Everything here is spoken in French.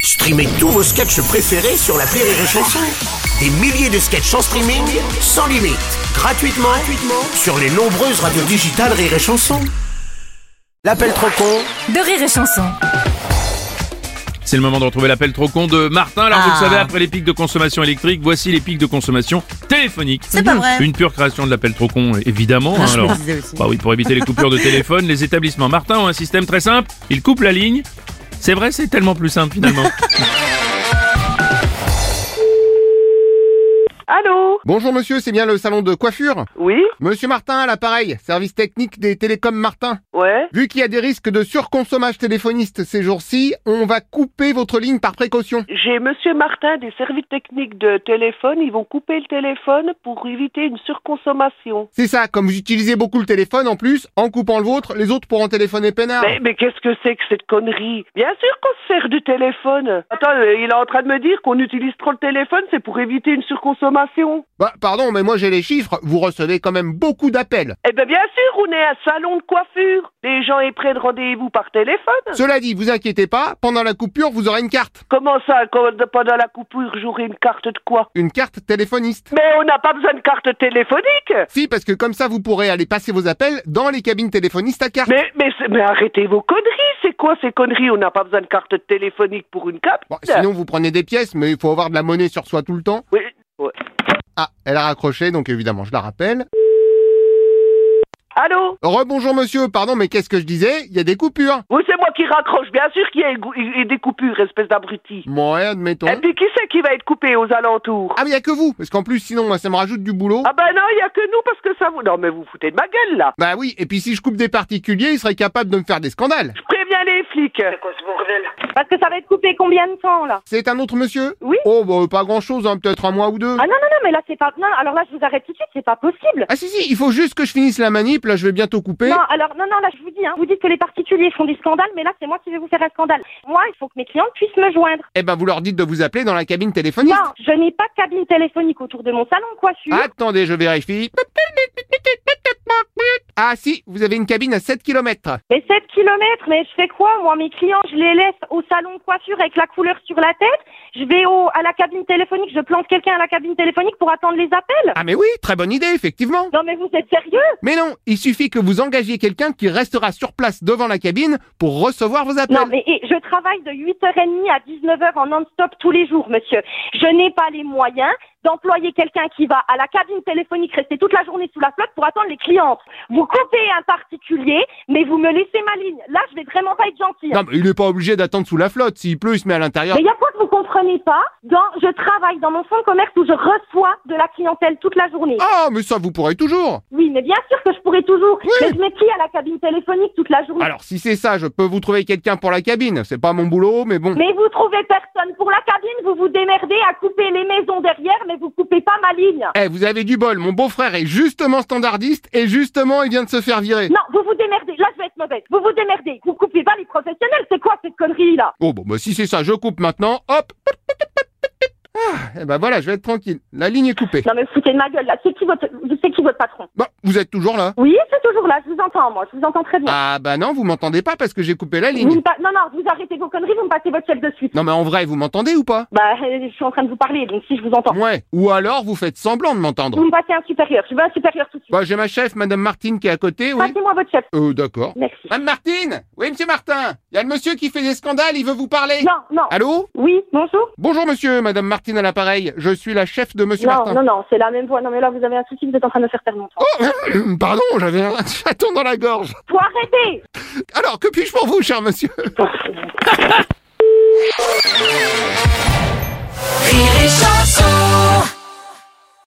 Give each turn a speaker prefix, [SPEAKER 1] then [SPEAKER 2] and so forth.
[SPEAKER 1] Streamez tous vos sketchs préférés sur la Rire et Chanson. Des milliers de sketchs en streaming, sans limite, gratuitement, gratuitement sur les nombreuses radios digitales Rire et Chanson. L'appel trop con
[SPEAKER 2] de rire et chanson.
[SPEAKER 3] C'est le moment de retrouver l'appel trop con de Martin. Alors, vous le
[SPEAKER 2] Ah.
[SPEAKER 3] savez, après les pics de consommation électrique, voici les pics de consommation téléphonique.
[SPEAKER 2] C'est pas vrai. Ah,
[SPEAKER 3] Une pure création de l'appel trop con, évidemment. hein, alors, bah oui, pour éviter les coupures de téléphone, les établissements Martin ont un système très simple. Ils coupent la ligne. C'est vrai, c'est tellement plus simple finalement.
[SPEAKER 4] Allô
[SPEAKER 5] Bonjour monsieur, c'est bien le salon de coiffure
[SPEAKER 4] Oui
[SPEAKER 5] Monsieur Martin à l'appareil, service technique des télécoms Martin.
[SPEAKER 4] Ouais
[SPEAKER 5] Vu qu'il y a des risques de surconsommage téléphoniste ces jours-ci, on va couper votre ligne par précaution.
[SPEAKER 4] J'ai Monsieur Martin des services techniques de téléphone. Ils vont couper le téléphone pour éviter une surconsommation.
[SPEAKER 5] C'est ça, comme vous utilisez beaucoup le téléphone en plus, en coupant le vôtre, les autres pourront téléphoner peinard.
[SPEAKER 4] Mais, mais qu'est-ce que c'est que cette connerie Bien sûr qu'on se sert du téléphone. Attends, euh, il est en train de me dire qu'on utilise trop le téléphone, c'est pour éviter une surconsommation.
[SPEAKER 5] Bah pardon, mais moi j'ai les chiffres, vous recevez quand même beaucoup d'appels.
[SPEAKER 4] Eh ben bien sûr, on est un salon de coiffure. Les gens y prennent rendez-vous par téléphone.
[SPEAKER 5] Cela dit, vous inquiétez pas, pendant la coupure, vous aurez une carte.
[SPEAKER 4] Comment ça, quand- pendant la coupure, j'aurai une carte de quoi
[SPEAKER 5] Une carte téléphoniste.
[SPEAKER 4] Mais on n'a pas besoin de carte téléphonique.
[SPEAKER 5] Si, parce que comme ça, vous pourrez aller passer vos appels dans les cabines téléphonistes à carte.
[SPEAKER 4] Mais, mais, c'est- mais arrêtez vos conneries, c'est quoi ces conneries On n'a pas besoin de carte téléphonique pour une carte.
[SPEAKER 5] Bon, sinon, vous prenez des pièces, mais il faut avoir de la monnaie sur soi tout le temps.
[SPEAKER 4] Oui, ouais.
[SPEAKER 5] Ah, elle a raccroché, donc évidemment, je la rappelle.
[SPEAKER 4] Allô
[SPEAKER 5] Rebonjour monsieur, pardon, mais qu'est-ce que je disais Il y a des coupures.
[SPEAKER 4] Oui, c'est moi qui raccroche, bien sûr qu'il y a égo- et- et des coupures, espèce d'abruti.
[SPEAKER 5] Bon, ouais, admettons.
[SPEAKER 4] Et puis qui c'est qui va être coupé aux alentours
[SPEAKER 5] Hein? Ah, mais il y a que vous, parce qu'en plus, sinon, moi, ça me rajoute du boulot.
[SPEAKER 4] Ah ben non, il n'y a que nous parce que ça vous... Non mais vous foutez de ma gueule là
[SPEAKER 5] Bah oui, et puis si je coupe des particuliers, ils seraient capables de me faire des scandales.
[SPEAKER 4] Je préviens les flics
[SPEAKER 6] Parce que ça va être coupé combien de temps là
[SPEAKER 5] C'est un autre monsieur
[SPEAKER 6] Oui.
[SPEAKER 5] Oh, bah, pas grand-chose, hein, peut-être un mois ou deux.
[SPEAKER 6] Ah non non non mais là c'est pas non alors là je vous arrête tout de suite c'est pas possible.
[SPEAKER 5] Ah si, si, il faut juste que je finisse la manip, là, je vais bientôt couper.
[SPEAKER 6] Non alors non non là je vous dis hein vous dites que les particuliers font du scandale mais là c'est moi qui vais vous faire un scandale. Moi il faut que mes clients puissent me joindre.
[SPEAKER 5] Eh ben, vous leur dites de vous appeler dans la cabine téléphoniste.
[SPEAKER 6] Non je n'ai pas de cabine téléphonique autour de mon salon de coiffure.
[SPEAKER 5] Attendez, je vérifie. Ah si, vous avez une cabine à 7 km.
[SPEAKER 6] Mais 7 kilomètres mais je fais quoi moi mes clients je les laisse au salon de coiffure avec la couleur sur la tête. Je vais au à la cabine téléphonique je plante quelqu'un à la cabine téléphonique pour attendre les appels.
[SPEAKER 5] Ah mais oui, très bonne idée, effectivement.
[SPEAKER 6] Non mais vous êtes sérieux
[SPEAKER 5] Mais non, il suffit que vous engagiez quelqu'un qui restera sur place devant la cabine pour recevoir vos appels.
[SPEAKER 6] Non, mais et je travaille de 8h30 à 19h en non-stop tous les jours, monsieur. Je n'ai pas les moyens d'employer quelqu'un qui va à la cabine téléphonique rester toute la journée sous la flotte pour attendre les clientes. Vous coupez un particulier, mais vous me laissez ma ligne. Là, je vais vraiment pas être gentille.
[SPEAKER 5] Non, mais il n'est pas obligé d'attendre sous la flotte. S'il pleut, il se met à l'intérieur.
[SPEAKER 6] Mais il y a quoi que vous comprenez pas dans, Je travaille dans mon fonds de commerce où je reçois de la clientèle toute la journée.
[SPEAKER 5] Ah, mais ça, vous pourrez toujours.
[SPEAKER 6] Oui, mais bien sûr que je pourrais toujours.
[SPEAKER 5] Oui.
[SPEAKER 6] Mais je mets qui à la cabine téléphonique toute la journée
[SPEAKER 5] Alors, si c'est ça, je peux vous trouver quelqu'un pour la cabine. C'est pas mon boulot, mais bon.
[SPEAKER 6] Mais vous trouvez personne pour la cabine, vous vous démerdez à couper les maisons derrière, mais vous coupez pas ma ligne.
[SPEAKER 5] Eh, vous avez du bol. Mon beau-frère est justement standardiste et justement, il vient de se faire virer.
[SPEAKER 6] Non, vous vous démerdez. Là, je vais être mauvaise. Vous vous démerdez. Vous coupez pas les professionnels. C'est quoi cette connerie là
[SPEAKER 5] Oh, bon, bah, si c'est ça, je coupe maintenant. Hop. Ah, eh ben voilà, je vais être tranquille. La ligne est coupée.
[SPEAKER 6] Non mais vous foutez de ma gueule là. C'est qui votre, c'est qui votre patron
[SPEAKER 5] Bon, vous êtes toujours là.
[SPEAKER 6] Oui, c'est toujours là. Je vous entends moi. Je vous entends très bien.
[SPEAKER 5] Ah, bah non, vous m'entendez pas parce que j'ai coupé la
[SPEAKER 6] Vous
[SPEAKER 5] ligne.
[SPEAKER 6] me pa- Non, non, vous arrêtez vos conneries. Vous me passez votre chef de suite.
[SPEAKER 5] Non, mais en vrai, vous m'entendez ou pas?
[SPEAKER 6] Bah, euh, je suis en train de vous parler, donc si je vous entends.
[SPEAKER 5] Ouais, ou alors vous faites semblant de m'entendre.
[SPEAKER 6] Vous me passez un supérieur. Je veux un supérieur tout de suite.
[SPEAKER 5] Bah, j'ai ma chef, Madame Martine, qui est à côté, oui.
[SPEAKER 6] Passez-moi votre chef.
[SPEAKER 5] Euh, d'accord.
[SPEAKER 6] Merci.
[SPEAKER 5] Madame Martine Oui, monsieur Martin Il y a le monsieur qui fait des scandales, il veut vous parler
[SPEAKER 6] Non, non.
[SPEAKER 5] Allô
[SPEAKER 6] Oui, bonjour.
[SPEAKER 5] Bonjour monsieur, Madame Martine à l'appareil, je suis la chef de monsieur
[SPEAKER 6] Non,
[SPEAKER 5] Martin.
[SPEAKER 6] non, non, c'est la même voix. Non, mais là, vous avez un souci, vous êtes en train de me faire perdre mon temps.
[SPEAKER 5] Oh, pardon, j'avais un chaton dans la gorge.
[SPEAKER 6] Faut arrêter
[SPEAKER 5] Alors, que puis-je pour vous, cher monsieur